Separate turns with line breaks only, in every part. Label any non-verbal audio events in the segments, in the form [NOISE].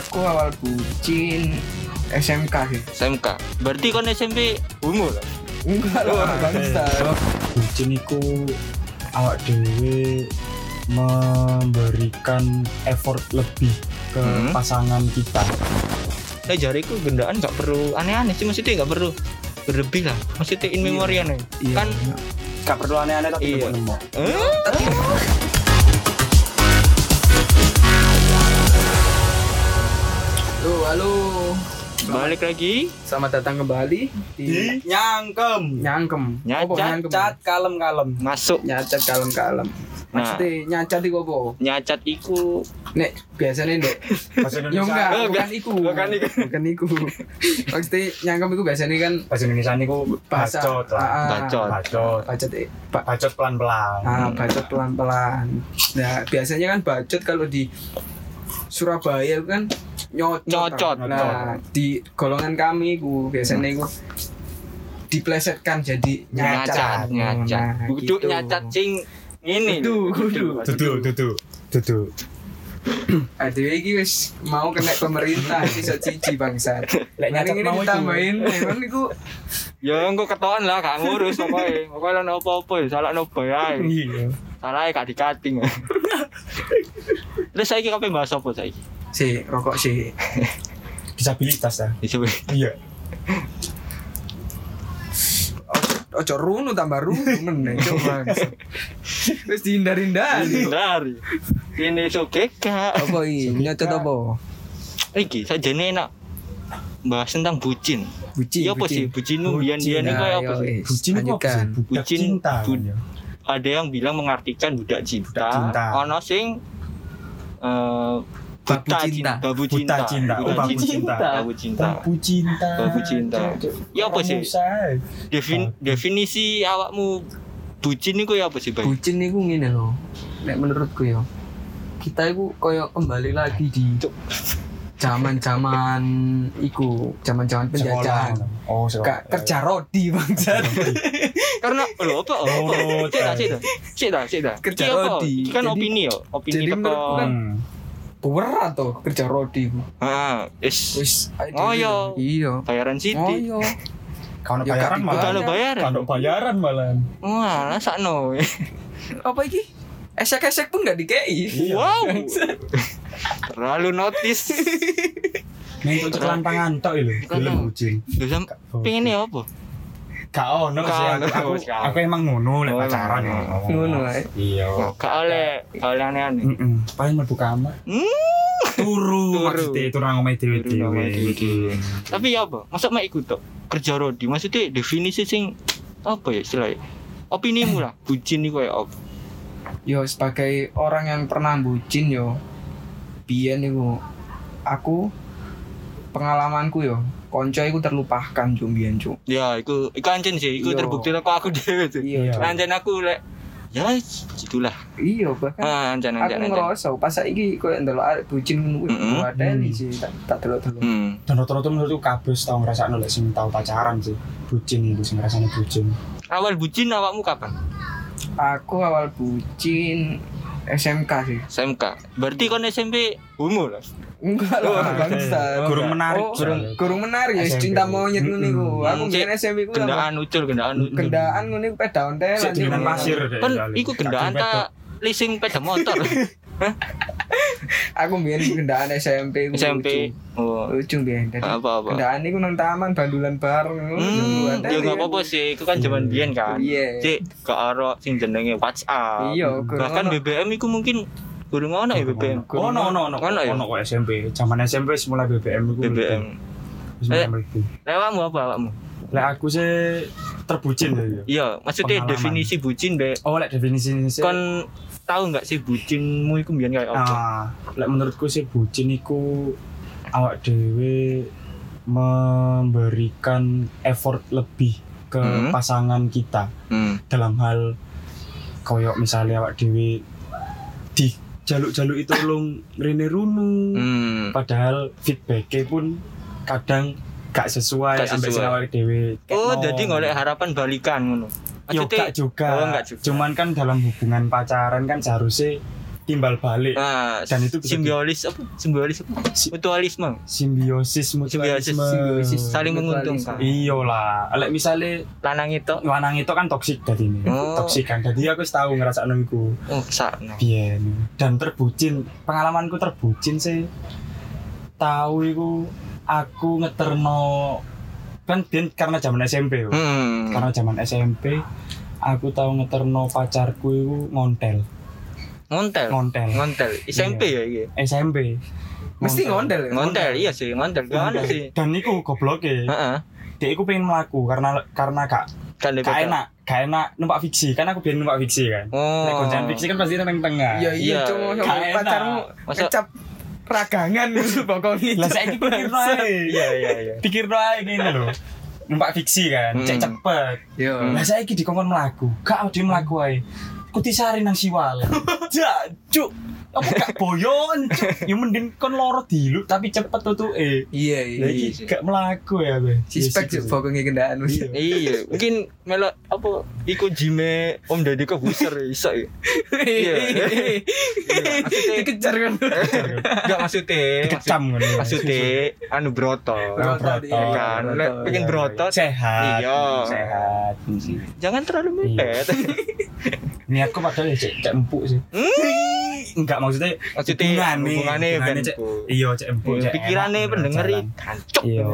Aku awal bucin SMK sih.
SMK. Berarti kon SMP umur lah.
Enggak lah, bangsa.
bucin iku awak dewe memberikan effort lebih ke
Hmm.
pasangan kita
Nah, jariku gendaan nggak perlu aneh-aneh sih maksudnya nggak perlu berlebih lah. Maksudnya
Iya.
in memoriam ya. Kan
gak perlu aneh-aneh
Iya.
tapi tetep nemu
eh?
Halo, halo.
balik lagi
Selamat datang kembali di
nyangkem
Nyangkem.
Nyacat. Nah.
Apa nyangkem?
cat kalem-kalem
masuk
Nyacat kalem-kalem. Maksudnya nyacat iku apa?
nyacat iku
Nek biasanya ndek.
bahasa
Yo enggak,
Oh, enggak.
bukan iku.
Bukan iku.
Bukan iku. Maksudnya nyangkem iku biasanya kan
bahasa Indonesia niku
bahasa
bacot lah
Ah, ah,
Bacot.
bacot
Bacot eh, ba-
bacot pelan-pelan
Ah, bacot pelan-pelan. Nah, biasanya kan bacot kalau di Surabaya itu kan nyocot.
Nyocot.
Nah, di golongan kami ku biasanya ku diplesetkan jadi nyacat.
nyacat nyacat.
Nah,
Duduk
gitu.
nyacat sing ini.
Kudu, kudu.
duduk duduk duduk
Aduh, iki wis mau kena pemerintah sisa cici bangsa.
Lek
Lek
nyacat
ini
mau iku.
ditambahin, kan iku
Ya engko ketokan lah gak ngurus pokoknya Pokoknya lan apa-apa salah nopo ya.
iya
Salah gak dikating. Terus saiki kabeh bahas apa saiki?
si rokok si.
disabilitas ya
Disebut
iya
Ojo runu tambah runu meneh coba. Wis dihindar-hindari.
hindari. Ini sugek gak.
Apa iki? Nyocot apa?
Iki sajane enak bahas tentang bucin.
Bucin.
Iya apa sih bucinmu biyen-biyen
Nah,
iku apa
ayo,
sih?
wis,
bucin itu apa sih
lanjutkan.
budak
Bucin,
cinta
bud- Ada yang bilang mengartikan budak
Budak
cinta,
cinta.
ono sing eh
Babu
buta
cinta.
cinta, babu
Buta
cinta,
cinta. Oh, babu cinta.
babu cinta.
babu cinta
Babu cinta. Iya apa sih?
Kamu say.
Defin- definisi awakmu bucin iku ya apa sih, Bay?
Bucin niku ngene lho. Nek menurutku ya. Kita iku koyo kembali lagi di
Cuk.
zaman-zaman iku, zaman-zaman penjajahan.
Sekolah. oh sekolah.
Kak kerja rodi bangsat.
Karena lho apa? apa?
Loro,
Cek dah,
Cak.
cek dah. Cek dah, cek dah.
Oh, Kerja
Iki apa?
rodi.
Iki kan
Jadi-
opini yo, opini
jadi menurutku
teko.
kan-
Hmm.
Berat tuh kerja rodi iku.
Heeh, wis
Wis
Oh, iya.
Iya.
Ah, bayaran
Oh
Siti.
iya.
Kalau
Ya,
bayaran
Kak,
malah.
Kalau bayaran.
Kalau bayaran malah.
Wah, sakno.
Apa iki? Esek-esek pun gak dikei.
Iya.
Wow. [LAUGHS] Terlalu notis.
Nih untuk cekelan tangan tok lho.
Kan
Gelem
tau.
bucin.
Lho sam pengen ya apa?
Gak ono
Gak
sih aku.
ono,
Aku,
Mas, gak ono.
aku emang ngono lek
Oh,
pacaran.
emang
ya.
Ngono ae.
Iya.
Gak oleh, gak oleh aneh-aneh.
Mm-mm. Paling mlebu kamar.
Hmm,
Turu
Turu.
maksudnya turu nang omahe
Turu nang
dhewe-dhewe.
omahe dhewe-dhewe. tapi ya apa? Masa mek iku tok? Kerja rodi maksudnya definisi sing apa ya istilahnya? Opini mu lah, bucin iku ya apa?
yo sebagai orang yang pernah bucin yo biyen iku aku pengalamanku yo konco iku terlupakan yo biyen cuk
Ya, iku iku anjen sih, iku
Iya.
terbukti lah kok aku dhewe sih.
iya
Iya.
Cuk.
Anjen aku lek ya gitulah.
iya bahkan
Ah, anjen
aku
anjen anjen.
ngerasa pas saiki koyo ndelok arek bucin ngono kuwi
Mm-mm.
ada
Hmm.
sih tak tak delok-delok
Hmm.
Dan rata-rata menurutku kabeh tau ngrasakno lek sing tau pacaran sih. Bucin iku sing ngrasakno bucin.
Awal bucin awakmu kapan?
aku awal bucin SMK sih
SMK. Berarti kon SMP umur lah.
enggak lah
Eh,
bangsa
Gurung menarik.
Oh,
soalnya.
kurang menarik ya
SMP.
cinta monyet ngono iku
Mm-mm.
aku biyen SMP ku lah
Gendaan ucul, gendaan ucul.
kendaan ngono iku peda ontel
Sik
anjing.
dengan pasir deh.
Kan
soalnya.
iku gendaan
Kaki wedok.
ta leasing sepeda motor. [LAUGHS]
aku biyen kendaan SMP ku
SMP. Oh.
lucu biyen Jadi
Apa-apa.
Kendaan iku nang taman bandulan bareng.
Hmm, ya nggak apa-apa sih, itu kan zaman
Iya.
biyen kan.
Iya.
Cik, ke aro sing jenenge WhatsApp.
Iya,
Bahkan BBM iku mungkin burung ono ya BBM.
Oh, no, no, no.
Ono ya?
Ono kok SMP. Zaman SMP wis mulai BBM iku.
BBM.
Wis
Eh.
mulai mlebu.
Lewatmu apa awakmu?
Lek aku sih terbucin ya. iya.
Iya, maksudnya
Pengalaman.
definisi bucin be.
Oh, lek definisi sih.
Kon tahu nggak sih bucinmu iku biyen kayak apa?
ah, lek menurutku sih bucin iku awak dhewe memberikan effort lebih ke
Hmm.
pasangan kita
Hmm.
dalam hal koyok misalnya awak dhewe di jaluk-jaluk itu tolong rene runu
Hmm.
padahal feedbacknya pun kadang gak sesuai
Gak
sampai
sesuai.
sing awake dhewe
Oh,
kekno.
jadi golek harapan balikan ngono.
Yo
Maksudnya-
gak juga.
Oh, gak juga.
Cuman kan dalam hubungan pacaran kan seharusnya timbal balik.
Nah,
Dan itu bisa
simbiolis apa? Simbiolis apa?
Si-
Mutualisme.
Simbiosis
Simbiosis,
mutualisme.
simbiosis saling menguntungkan.
Iya lah. Lek misale
Lanang itu
lanang itu kan toksik dari ini.
Oh.
Toksik kan. Jadi aku wis tahu ngrasakno iku.
oh sakno.
Iya. Biyen dan terbucin. Pengalamanku terbucin sih. Tahu iku aku ngeterno kan biyen karena zaman SMP yo.
Hmm.
Karena zaman SMP aku tahu ngeterno pacarku iku ngontel.
Ngontel.
Ngontel. Iya.
Ngontel. SMP ya iki.
SMP.
Mesti ngontel ya.
Ngontel iya sih, ngontel. Gimana
Ngontel. Iya.
sih?
Dan niku gobloke.
Heeh.
Dia iku pengen melaku karena karena gak
Kan dia
gak
bakal-
enak, gak enak numpak fiksi. Kan aku biar numpak fiksi kan.
Oh.
Nek goncengan fiksi kan pasti nang tengah.
Iya iya
Iya.
cuma
Gak enak.
pacarmu
Masa-
kecap peragangan [LAUGHS] gitu pokoknya.
Lah saiki pikir doae.
[LAUGHS] Iya iya iya.
Pikir doae ngene lho. Numpak fiksi kan, cek
Hmm.
cepet.
Yo.
Lah saiki dikongkon melaku. Gak ade melaku ae. Kutisari
[LAUGHS]
nang siwal. Jak, cuk. Apa gak boyon? cuk? Ya mending kon loro dilu tapi cepet tutuke.
Iya iya.
Lah iki
sih.
gak melaku ya, Be.
Suspek
Iya,
juga pokoknya kendaan [LAUGHS]
Iya.
Iya, mungkin melok apa iku jime Om Deddy Kobuser iso ya. Iya. Maksudnya-
Dikejar kan.
Enggak maksudnya.
Dikecam ngono.
Maksudnya anu broto.
Broto,
Iya kan, Lek pengen
Iya,
broto.
sehat.
Iya.
Sehat.
Jangan terlalu
Iya.
mepet.
Niatku padahal ya cek, cek empuk sih. Enggak maksudnya
Maksudnya hubungane ben
cek.
empuk.
Iya, cek empuk.
[LAUGHS]
cek
Pikirane
enak,
pendengar
jalan.
iki kancok.
Iya.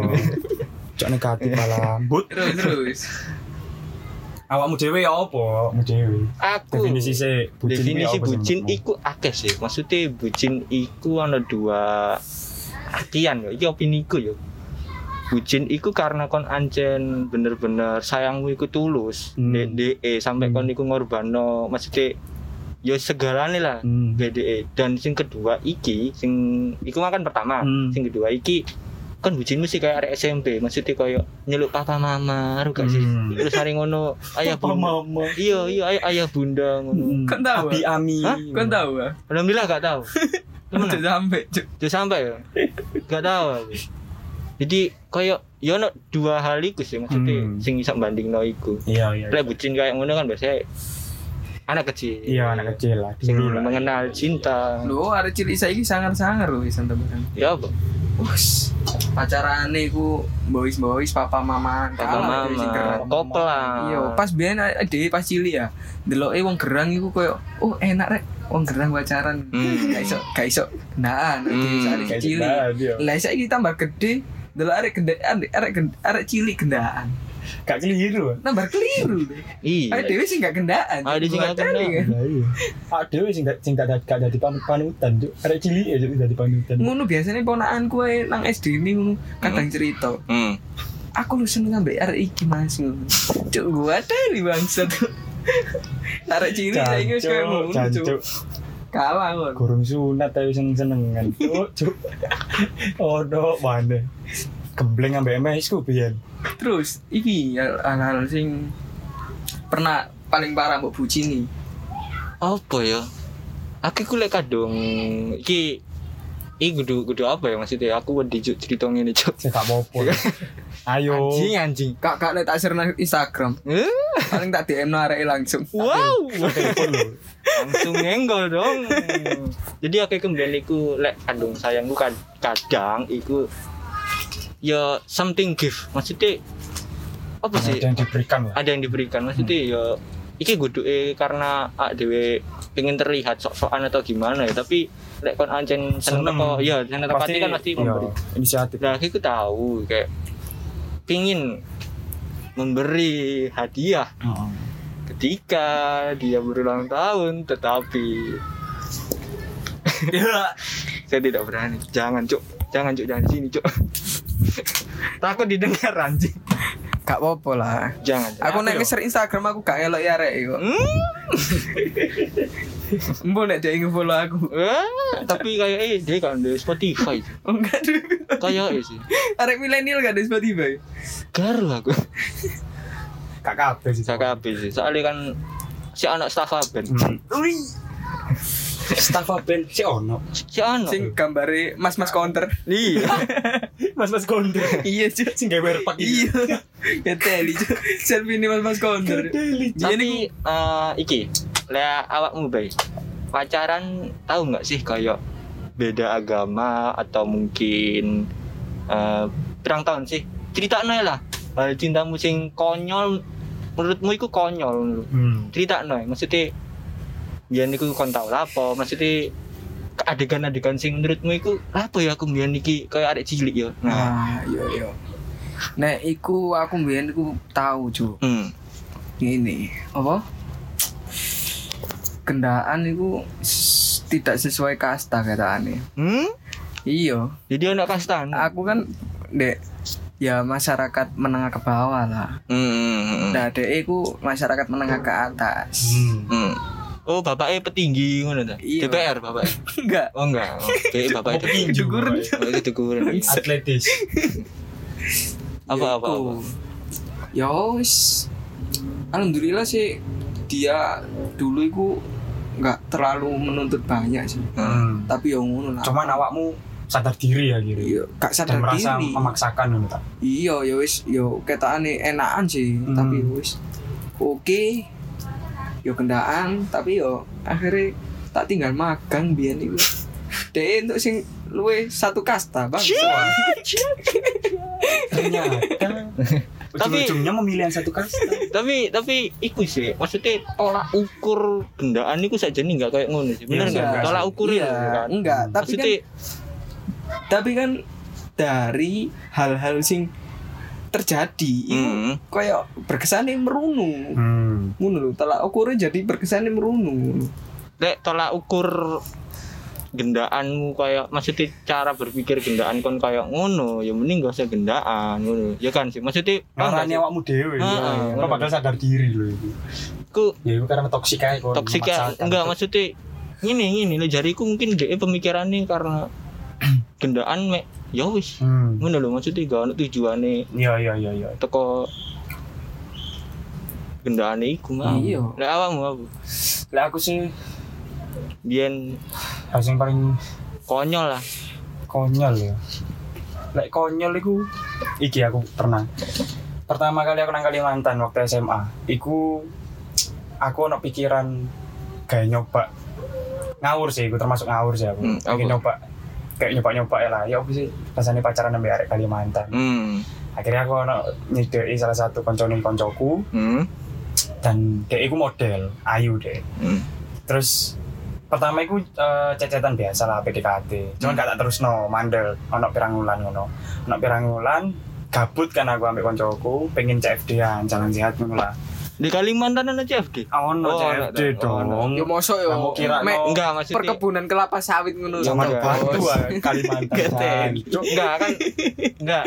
Cok negatif malah. But
Terus terus.
awakmu dhewe ya apa? Awakmu dhewe.
Aku
Definisi sih bucin
Oh. definisi
ini apa sih
bucin
menurutmu?
iku akeh sih. Maksudnya bucin iku ana dua akian yo. Iki opini ku yo. Bucin iku karena kon ancen bener-bener sayangmu iku tulus.
Hmm.
Hmm. sampai
Hmm.
kon iku ngorbano maksudnya yo segalane lah.
Hmm.
BDE dan sing kedua iki sing iku kan pertama
Hmm.
sing kedua iki kan bucinmu sih kayak arek SMP maksudnya kayak nyeluk papa mama aru gak sih
Hmm.
terus hari
[LAUGHS]
ngono ayah
Apa
bunda
mama?
iya iya ayah, ayah bunda ngono
Hmm.
Kan tahu,
Abi Ami.
Hah?
Kan tahu ah.
alhamdulillah gak
[LAUGHS]
tahu
Udah
Temenan?
sampai cuk.
Dia sampai ya gak tahu aku. jadi kayak ya ono dua hal iku sih maksudnya
Hmm.
sing iso bandingno iku
Iya, iya.
lek bucin kayak ngono kan biasanya anak kecil
Iya, anak kecil lah.
sing
Dulu lah.
mengenal cinta
Lho, arek cilik saiki sangar-sangar lho wis teman.
ya apa
Wes, pacarane ku boys-boys papa mama.
Papa
Kalah, dhewe sing
mama,
gerang.
koplang.
Iya, pas biyen ade pas cilik ya. Ndeloke wong gerang iku koyo oh enak rek wong gerang pacaran.
Hmm.
Gak iso gak iso kenaan ade
Hmm.
arek
Kayak
cilik.
nah, dia.
Lah saiki tambah gede ndelok arek gede arek arek gend- arek cilik gendaan.
Gak keliru.
Tambah keliru.
iya
Eh,
Ayo dhewe sing gak gendaan.
Ayo dhewe sing gak
Buatane,
gendaan.
kan.
Lah iya. Pak Dewi sing gak sing gak dadi- gak dadi pan- panutan, Cuk. Arek cilik ya Cuk, dadi panutan.
Ngono biasanya ponakan kue nang SD ini ngono kadang cerita.
Hmm.
aku lu seneng ambek arek iki mas ngono. cuk gua teli bangsat [LAUGHS] arek cilik saiki wis koyo
Jancuk,
ngono
jancuk.
cuk kalah ngono
Gurung sunat tapi seneng senengan. Cuk, cuk. Ono mana? Gembleng ambek MS ku biyen.
terus iki hal- hal-hal sing pernah paling parah mbok bucini
Apa ya? Aku iku lek kadung iki iki kudu kudu apa ya maksudnya? Aku wedi juk cerita ngene juk.
Saya gak mau pun. Ayo.
Anjing anjing.
kakak nek tak share nang [LAUGHS] Instagram
Eh,
paling tak DM nang areke langsung
Wow.
Telepon lho.
Langsung nyenggol dong. Jadi aku kembali iku lek kadung sayangku kad kadang iku ya something gift. Maksudnya apa
Ada
sih?
Nah, yang Hmm. diberikan lah.
Ada yang diberikan maksudnya ya iki guduke karena ah, dhewe pengen terlihat sok-sokan atau gimana ya tapi lek kon anjen seneng
Seneng.
teko ya seneng teko pasti kan pasti
iya,
memberi
inisiatif.
Nah, aku tahu kayak pingin memberi hadiah
Heeh.
ketika dia berulang tahun, tetapi [LAUGHS] saya tidak berani. Jangan cuk, jangan cuk, jangan sini cuk. [LAUGHS] Takut didengar anjing.
gak apa-apa lah
Jangan. jangan.
aku nek
Yo.
nge-share Instagram aku gak elok ya arek iku
Hmm?
[LAUGHS] mbok nek dhek nge-follow aku [LAUGHS]
Eh, tapi kayak eh dia kan di Spotify.
Oh, enggak duwe
Kayak eh sih.
arek milenial gak ada Spotify
Garu aku.
Gak kabeh sih.
Saya kabeh sih. Soalnya kan si anak staff ben.
Hmm.
Ui.
Staff band si ono.
Si ono.
Sing gambare mas-mas counter.
Iya.
Mas-mas konde.
[LAUGHS] iya, Cuk.
Sing gawe repak
Iya. [LAUGHS] Keteli, Cuk. Selfie ini mas-mas counter.
Tapi eh, iki, lek awakmu bae. Pacaran tahu nggak sih kayak beda agama atau mungkin eh pirang tahun sih? Ceritakno ya lah. Hal cintamu sing konyol menurutmu iku konyol menurut.
Hmm.
Ceritakno ya, maksudnya biyen iku kon tau lapo, maksudnya adegan-adegan sing menurutmu iku lapo ya aku biyen iki kayak arek cilik ya. Nah.
Nah, yo yo. Nek iku aku mbiyen iku tahu, Cuk.
Hmm.
Ini apa? Kendaan iku s- tidak sesuai kasta kataane.
Hmm?
Iya,
Jadi anak kastan.
aku kan dek ya masyarakat menengah ke bawah lah.
Hmm.
Nah, dek iku masyarakat menengah ke atas.
Hmm. Oh, bapaknya petinggi ngono ta?
Iya.
DPR bapaknya.
[LAUGHS] Enggak.
Oh enggak. Oh, Dek bapaknya
Apa
petinggi.
tinju?
Kedukuran.
Oh, itu teguran.
Atletis.
Apa apa
Ya,
apa.
iku. Ya wis. Alhamdulillah sih dia dulu iku nggak terlalu menuntut banyak sih.
Hmm.
Tapi yang ngono lah.
Cuman awakmu sadar diri ya gitu.
Iya, gak
Dan
sadar
merasa
diri.
memaksakan gitu. ngono ta.
Iya, ya wis, yo ketane enakan sih,
Hmm.
tapi ya wis. Oke. Yo kendaan, tapi yo akhirnya tak tinggal magang biyen iku. Dek untuk sing luwe satu kasta, Bang.
[LAUGHS] Ternyata ujung-ujungnya memilih yang satu kasta.
Tapi tapi iku sih, maksudnya tolak ukur gendaan iku saja nih enggak kayak ngono sih. Bener
Iya,
enggak?
iya.
Tolak ukur
Iya,
ya. kan?
enggak, tapi kan
Maksudnya
tapi kan dari hal-hal sing terjadi itu
hmm.
kayak berkesan yang merunu
Hmm.
ngono lho telak ukurnya jadi berkesan yang merunu
Lek tolak ukur gendaanmu kayak maksudnya cara berpikir gendaan kon kayak ngono ya mending gak usah gendaan ngono ya kan sih maksudnya paham gak
Ngarani
sih?
awakmu dhewe.
Heeh,
ya. Kok
bener.
padahal sadar diri lho itu.
Ku
Ya itu karena toksik ae kok.
toksik ya
memaksakan. gitu.
enggak maksudnya ini ini lo jariku mungkin dia pemikirannya karena [CLEARS THROAT] gendaan mek ya wis
Hmm.
ngono lho maksudnya gak ono tujuane
Iya iya iya iya.
teko gendaan iku mah
Hmm.
Iya.
lek awakmu apa
Lah aku sih
biyen
hal yang paling
konyol lah
konyol ya lek konyol iku iki aku pernah pertama kali aku nang Kalimantan waktu SMA iku aku ono pikiran kayak nyoba ngawur sih iku termasuk ngawur sih aku
Hmm,
kayak
apa?
nyoba kayak nyoba nyoba ya lah ya aku sih rasanya pacaran sampai arek Kalimantan
hmm
akhirnya aku ono nyidoi salah satu konconin koncoku
hmm
dan dek iku model ayu dek
hmm
terus pertama itu eh, cecetan biasa lah PDKT cuman gak tak terus no mandel ono pirangulan ngono ono pirangulan gabut kan aku ambek koncoku pengen CFD-an ya, jalan sehat ngono lah Ah,
di Kalimantan ada CFD
ono
Oh, ono,
CFD
ono.
dong
yo Ya mosok yo
Lah, mau kira
mek
no-
enggak maksudnya
perkebunan kelapa sawit ngono
Ya,
sama
enggak.
bos.
Batu ah,
[LAUGHS]
Kalimantan
Gak
San. Cuk.
enggak kan enggak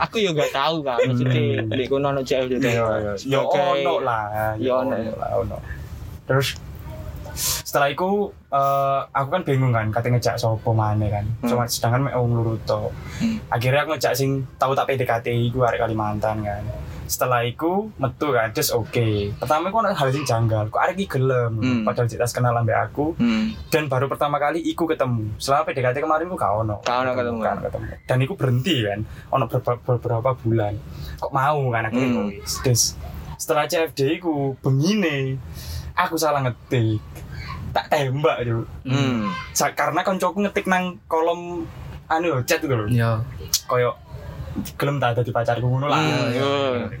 aku yo gak tahu kan maksudnya
Hmm.
di kono ono CFD
Iya, iya. ya
Sebagai-
ono lah
Ya,
ya
ono.
ono lah ono terus setelah itu eh, aku kan bingung kan kata ngejak sopo mana kan
Hmm.
cuma sedangkan mek wong loro tok.
Hmm.
akhirnya aku ngejak sing tahu tak PDKT iku arek Kalimantan kan setelah itu metu kan terus oke pertama aku ada hal sing janggal kok arek iki gelem
Hmm.
padahal cek tas kenal ambek aku
Hmm.
dan baru pertama kali iku ketemu selama PDKT kemarin ku gak ono
Gak ono ketemu.
Gak ono ketemu dan iku berhenti kan ono berbe- beberapa bulan kok mau kan akhirnya
Hmm.
wis. Terus, setelah CFD iku begini aku salah ngetik tak tembak tuh
Hmm.
Sa- karena koncoku ngetik nang kolom anu chat gitu loh
yo
koyo gelem tak ada di pacarku ngono lah
Hmm, iya.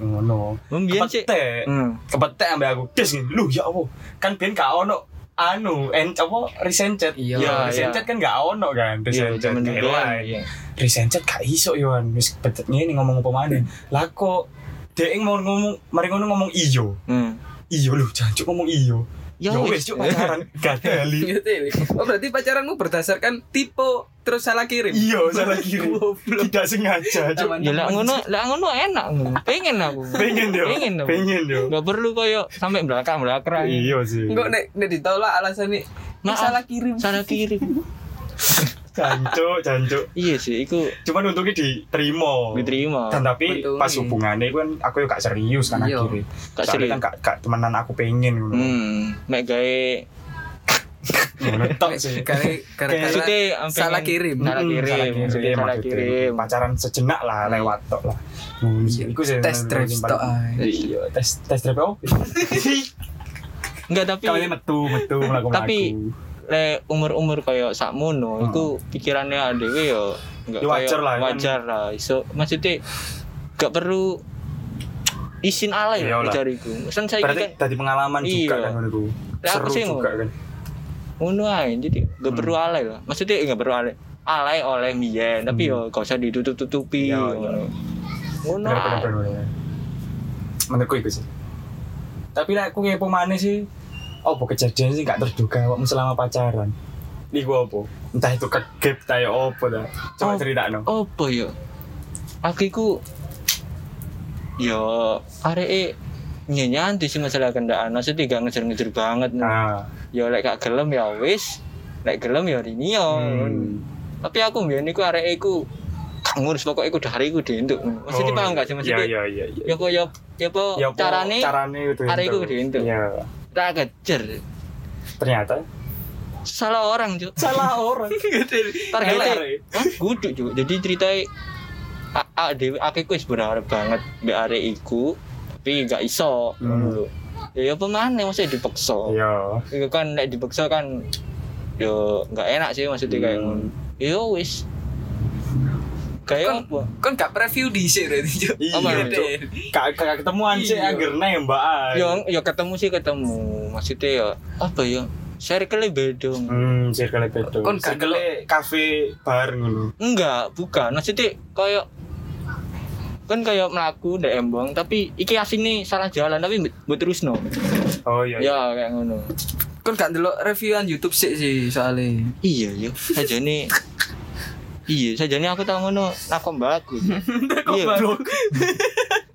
ngono
Mbiyen sih.
kepetek
Hmm.
kepetek ambek aku dis gini, lu ya Allah kan ben gak ono anu en apa recent chat
Iya,
iya.
ya recent chat kan gak ono kan
Iya,
recent chat
zaman
gak
dulu kan,
elan.
iya.
recent chat gak iso yoan wis kepetet ngene ngomong apa maneh lah kok dek mau ngomong mari ngono ngomong iyo
Hmm.
iyo lu jancuk ngomong iyo
Ya wis.
cuk pacaran gadeli
Ngerti? oh berarti pacaranmu berdasarkan tipe terus salah kirim
iyo salah kirim tidak sengaja cuk
Taman-
[LAUGHS] Ya lah ngono, lah ngono enak ngono.
[LAUGHS]
Pengen aku.
pengen yo
Pengen dong.
pengen yo
Enggak perlu koyo sampai belakang-belakang.
iyo sih
enggak nek nek ditolak alasannya ini
Maaf.
salah kirim
Salah kirim.
jancuk jancuk
iya sih, iku
cuman untungnya diterima
diterima.
dan tapi
Untungnya.
pas hubungannya kan aku juga gak serius kan
Iya.
akhirnya
Gak Hmm.
soalnya
serius.
kan gak, gak temenan aku pengen gitu.
Hmm. Mek gawe
Ngono tok Ya,
[LAUGHS]
sih.
Kare- Gara-gara
Maksudnya,
salah
pengen-
kirim.
Salah
Mm,
kirim, maksudnya salah
maksudnya.
kirim. Hmm.
Pacaran sejenak lah lewat tok lah. Ngono sih. Iku sih
Iya, Test drive
paling-
tok ah. ae.
Iya, tes tes drive
[LAUGHS]
opo?
Enggak tapi
Kali metu metu melakukan
Tapi- le umur-umur kayak sakmono
Hmm.
itu pikirannya adewe yo enggak
Ya, wajar lah, kan.
wajar lah. Iso maksudnya enggak perlu izin alay lah
Iyalah.
bicariku. Sen saya
berarti
kan
tadi pengalaman juga
Iya.
kan ngono iku.
Lah, aku
Seru
sih
juga kan.
ngono ae. Jadi enggak
Hmm.
perlu alay lah. Maksudnya enggak perlu alay. Alay oleh mien, tapi
Hmm.
yo enggak usah ditutup-tutupi.
Iya, iya.
ngono. Ngono.
Bener,
ae.
bener, bener, bener. Menurutku itu sih. Tapi lah aku kepo mana sih? Apa kejadian sih gak terduga awakmu selama pacaran? Ini gua apa? Entah itu kegep tayo apa dah. Coba
Oh.
cerita no.
Apa yo? Aku iku yo areke nyanyi sih masalah kendaan. Maksudnya gak ngejer-ngejer banget. ngono.
Nah,
ya lek gak gelem ya wis lek gelem ya rini yo
hmm.
tapi aku mbiyen iku arek e iku gak ngurus pokoke iku dhari iku dientuk maksudnya paham gak sih maksudnya
Iya, iya, iya.
ya kok ya ya apa
Ya, apa
carane
carane itu.
arek iku dihentuk.
Iya,
tak kejer
ternyata
salah orang cuk
salah orang.
targetnya Hah? guduk cuk jadi ceritanya a- a dewe aku iku wis berharap banget mbek arek iku tapi gak iso
Hmm.
Gitu. ya apa maneh maksudnya dipaksa
Iya.
itu kan lek dipaksa kan yo nggak enak sih maksudnya
Hmm.
kayak ngono yo wis
Kan
kayak apa
Kon gak preview dhisik berarti. Cuk.
Iya,
Apa,
Cuk.
Den?
Kak kak ketemuan sih
Iya.
agar nembak. ay.
yo yo Ya, ketemu sih ketemu maksudnya yo apa yo circle beda
Hmm, circle itu.
Kon gak
circle kafe bar ngono.
enggak bukan maksudnya kayak kan kayak melaku ndak embong tapi iki asing nih salah jalan tapi buat terus no
Oh iya. iya.
ya kayak ngono
Kon gak ndelok reviewan YouTube sik sih soalnya
iya yo saja nih iya saja nih aku tahu ngono nakom baku iya
Blok.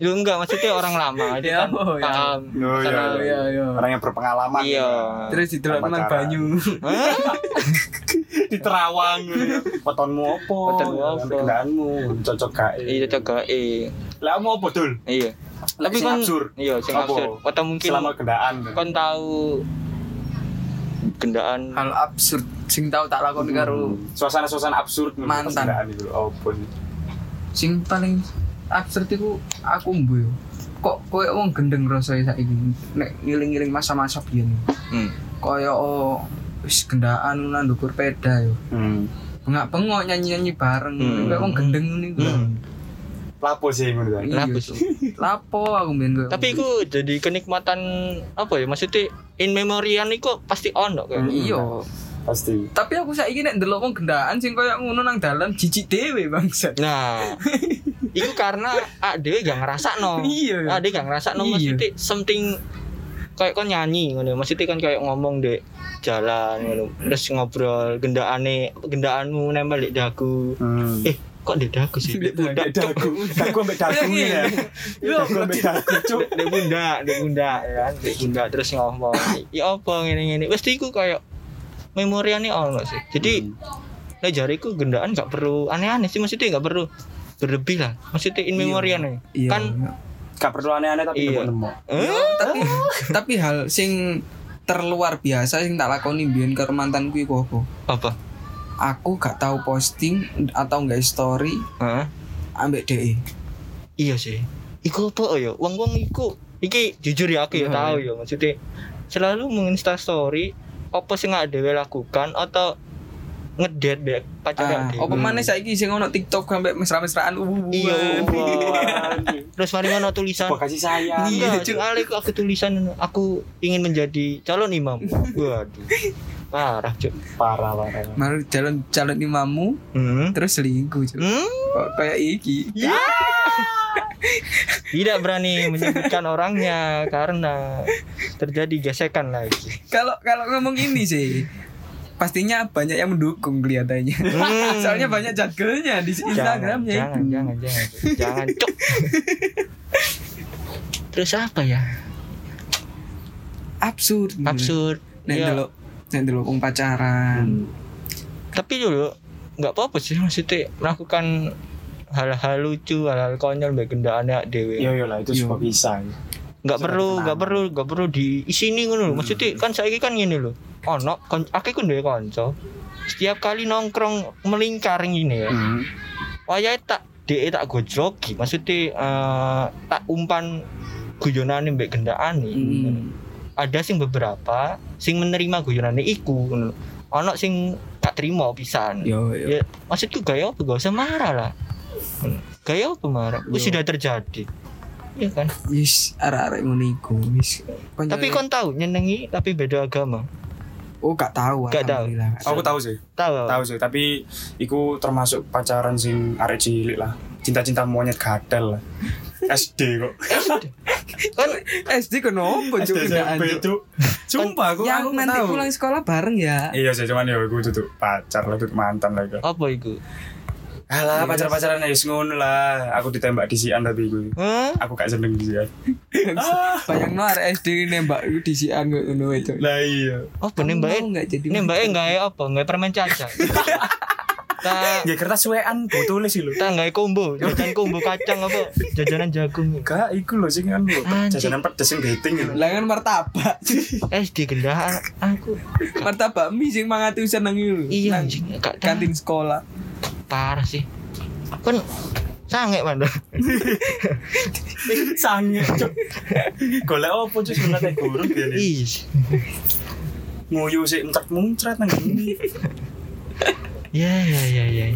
Lu enggak maksudnya orang lama
Ya,
aja kan
oh, ya.
paham.
Iya, Oh, iya,
Karena-
iya, iya.
Orang yang berpengalaman.
Iya.
ya.
Terus didelok
Sama
nang
cara.
banyu.
Hah?
di terawang gitu ya. Wetonmu apa?
Wetonmu apa?
Kendaraanmu cocok gak?
Iya cocok eh.
Lah mau apa dul?
Iya. Tapi
Sing
kan
absurd.
Iya, sing
Apa?
absurd. Atau mungkin
Selama kendaan.
kan tahu gendaan
Hal absurd sing tau tak lakoni karo
Hmm. suasana-suasana absurd gitu,
Mantan.
pas kendaan itu. Oh pun.
sing paling absurd iku aku mbu yo. Kok koyo wong gendeng rasane saiki nek ngiling-ngiling masa-masa biyen.
Hmm.
Koyo oh, wis gendaan nang ndukur peda yo.
Hmm.
Bengak-bengok nyanyi-nyanyi bareng.
Hmm.
Kayak wong gendeng ngene iku.
Hmm.
Lapo sih menurut
Iya,
Lapo
Cuk. Lapo aku mbiyen koyo.
Tapi
ngono.
itu jadi kenikmatan apa ya maksudnya in memorian itu pasti ono kan.
Hmm.
iya.
pasti.
Tapi aku saiki nek ndelok wong gendaan sing koyo ngono nang dalan jijik dhewe bangsat.
Nah, itu karena ah, dia gak ngerasa
[LAUGHS]
no.
Iya.
Ah, dia gak ngerasa no
Iya.
maksudnya something kayak kan nyanyi ngono. Maksudnya kan kayak ngomong dek jalan ngono. Terus ngobrol gendaane gendaanmu nempel dek dagu.
Hmm.
Eh, Iya, kok dek dagu sih? Dek pundak.
Dagu, dagu ambek dagu
iya.
ya. Dagu ambek dagu cuk.
Dek dek pundak, dek pundak ya kan. Dek pundak terus ngomong. Ya apa ngene-ngene. Wis iku kayak memoriane ono sih. Jadi
Hmm.
Nah jariku gendaan nggak perlu aneh-aneh sih maksudnya nggak perlu berlebih lah maksudnya in memorian aja.
Iya.
Kan
gak perlu aneh-aneh tapi
Iya.
nemu-nemu.
Eh?
tapi tapi hal sing terluar biasa sing tak lakoni mbiyen karo mantanku iku apa?
apa
Aku gak tahu posting atau nggak story
Hah?
ambek DE.
iya sih iku apa ya wong wong iku iki jujur ya aku ya
Iya,
tahu ya maksudnya selalu menginsta story apa sih nggak dewe lakukan atau ngedate deh
Ah,
pacarnya deh
apa maneh saiki sing ono TikTok ambek mesra-mesraan uwu.
Hmm. Iya.
Wah,
terus mari ngono tulisan
Terima kasih sayang.
Iya,
Enggak,
cuy.
cuy. Ale, aku tulisan aku ingin menjadi calon
[LAUGHS]
imam. Waduh. Parah, cuy.
Parah parah.
iya.
Mari jalan calon imammu
Hmm.
terus selingkuh. Cuk.
Hmm?
Kok kayak iki.
Ya. Tidak berani menyebutkan orangnya karena terjadi gesekan lagi.
Kalau kalau ngomong ini sih pastinya banyak yang mendukung kelihatannya.
Hmm.
[LAUGHS] Soalnya banyak jagelnya di
jangan,
Instagramnya
jangan,
itu.
jangan, jangan, jangan, cuk. Terus apa ya?
Absurd.
Absurd.
Nek
Iya.
delok nek delok wong pacaran.
Hmm. Tapi dulu nggak apa-apa sih maksudnya melakukan hal-hal lucu, hal-hal konyol baik gendaannya dewe.
Iya.
Yo yo Iya, lah itu
Yo.
suka bisa.
nggak
Sudah
perlu
dikenal. Hmm.
nggak perlu nggak perlu di sini ngono lho. maksudnya kan saiki kan gini loh oh no aku kan duwe kanca setiap kali nongkrong melingkar gini ya
Hmm.
wayahe tak dhek tak gojloki maksudnya eh, tak umpan guyonane mbek gendakane
Hmm.
ada sing beberapa sing menerima guyonane iku ngono. ana sing tak terima pisan
Iya,
Yo yo.
Ya, maksudku gaya apa gak usah marah lah
Iya.
gaya apa marah Wis
Yo.
sudah terjadi Iya kan
Wis arek-arek ngono iku wis. Koncoe-
tapi kon tahu nyenengi tapi beda agama
oh gak tahu
Gak tahu.
alhamdulillah.
Aku tahu sih,
tahu
tahu sih. Tapi iku termasuk pacaran sing arek cilik lah. Cinta-cinta monyet gadel lah. SD kok.
Eh, kan
SD kenapa [LAUGHS] cuk kendaan,
SMP
Cuk?
itu. Sumpah aku aku
Yang
nggak
nanti
tahu.
pulang sekolah bareng ya.
Iya sih, cuman ya gue tutup pacar lah, tutup mantan lah. Gitu.
apa itu
Yes.
Alah, pacar-pacaran ya ngono lah. Aku ditembak di sian tapi gue.
Hah?
Aku gak seneng di
[LAUGHS]
sian.
Bayangno arek SD nembak iku disian kok ngono wae cuk.
Lah iya.
apa
Kamu mau
nembaknya
nggak jadi
nembaknya nggak ya apa nggak permen caca tak
Ya kertas wean gue tulis sih lo.
tak nggak combo jajan combo kacang apa jajanan jagung
Gak, iku lo sih kan lo.
Anjing.
Jajanan pedes yang dating gitu.
Lah kan martabak. Cuk.
[LAUGHS] SD gendaan Eh, aku
martabak mie sing mangan tuh seneng iku.
iya
Nang
anjing gak tahu.
kantin sekolah.
parah sih kan sange manda
Sange. Cuk. Golek opo cuk sebenarnya burung dia nih.
iya sih.
Nguyu sih encet muncrat nang ini.
ya ya ya ya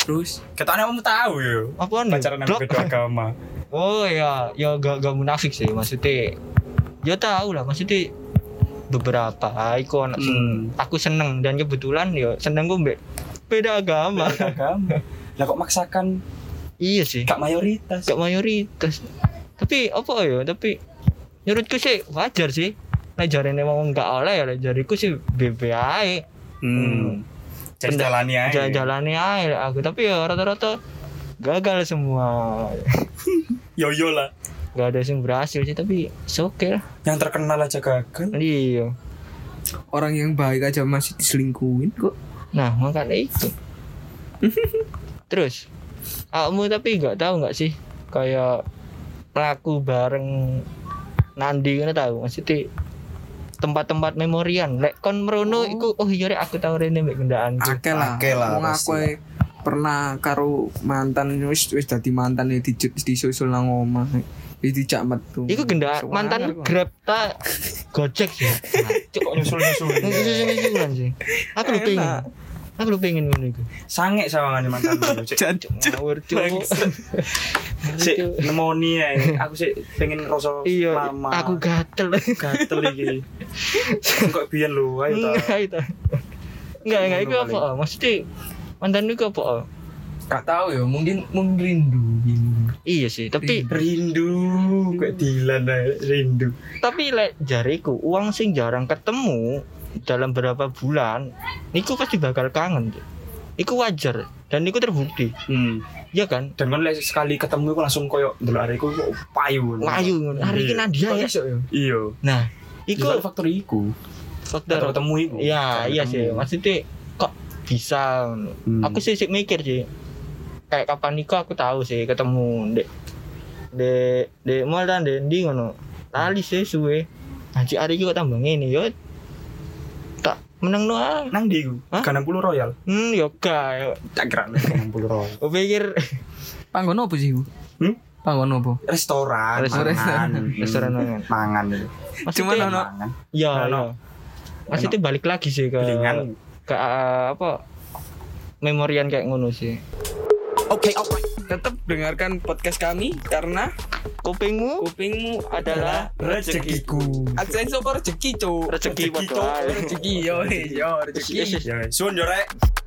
Terus
Ketane kamu tahu ya.
apa nih
Pacaran yang
Kan Blok?
beda agama.
[LAUGHS] oh ya ya gak gak munafik sih maksudnya ya tahu lah maksudnya beberapa ah, iku anak sing-
Hmm.
aku seneng dan kebetulan ya seneng gue mbak beda agama
Beda agama. Lah kok maksakan
[LAUGHS] iya sih
gak mayoritas.
gak mayoritas tapi apa ya tapi menurutku sih wajar sih nah jarene wong gak oleh ya lah jariku sih bebe ae
Hmm. Jadi
Pendek-
jalani aja.
Jal- jalani ae lah aku tapi ya rata-rata gagal semua
Yoyo lah.
gak ada yang berhasil sih tapi oke lah
Yang terkenal aja gagal.
iya
orang yang baik aja masih diselingkuhin kok.
nah makanya itu terus kamu tapi nggak tahu nggak sih kayak pelaku bareng Nandi ngono tahu maksudnya tempat-tempat memorian lek kon
Oh.
merono iku oh iya Rek, aku tahu rene mbek gendaan
Akeh lah.
Akeh lah,
Wong aku e
pasti.
pernah karo mantan wis wis dadi mantan ya di disusul nang omah. e. Wis dijak metu.
iku gendaan
Sewenang
mantan
aku.
grab ta gojek sih Nah, cuk,
Kok nyusul-nyusul.
ini ini ini bulan sih aku lu pengen
Enak.
aku lu pengen ngono iku
Sange sawangane mantan dulu, Cik.
Jan-
ngawur cuk
Sik nemoni ae. Aku sih pengen rasa
iya
lama.
aku gatel
gatel iki. Kok biyen lu ayo ta.
enggak itu enggak enggak itu
Ngono
apa ah? maksudnya mantan itu apa ah?
Gak tahu ya, mungkin mengrindu gitu.
iya sih tapi
Rindu, kok dilan ae rindu.
tapi lek jariku uang sing jarang ketemu dalam berapa bulan niku pasti bakal kangen Cuk. iku wajar dan niku terbukti
Hmm.
ya kan
Dan kan lek sekali ketemu iku langsung koyo ndelok areku kok payu. ngono.
layu ngono. hari ini
Iya.
Nadia ya
Iya.
nah
Iku
iku
faktor iku. Atau
faktor
Iya, ketemu Hmm. iku.
ya iya sih maksudnya kok bisa ngono? aku
Hmm.
sih sih mikir sih kayak kapan nikah aku tahu sih ketemu dek dek dek mal dan dek di ngono lali sih suwe nanti hari ini kok tambah ini yo tak menang doa
nang di iku.
Hah?
60 Royal.
hmm yo gak
Tak
[LAUGHS]
kira 60 Royal.
aku pikir [LAUGHS]
Panggon apa sih? Bu?
Hmm?
Panggon apa?
Restoran,
Restoran.
mangan.
[LAUGHS] Restoran mangan.
Mangan itu.
Cuman
maksudnya-
ono
Mangan.
ya
ono.
ya. maksudnya balik lagi sih ke
Belingan.
ke eh, apa memorian kayak ngono sih
tetap dengarkan podcast kami karena
kupingmu
kupingmu adalah
adalah
rezekiku.
Adsense apa rezeki, Cuk?
Rezeki, Pak.
Cuk. Rezeki yo yo rezeki.
Yes, yes.
Ya, sun yo rek.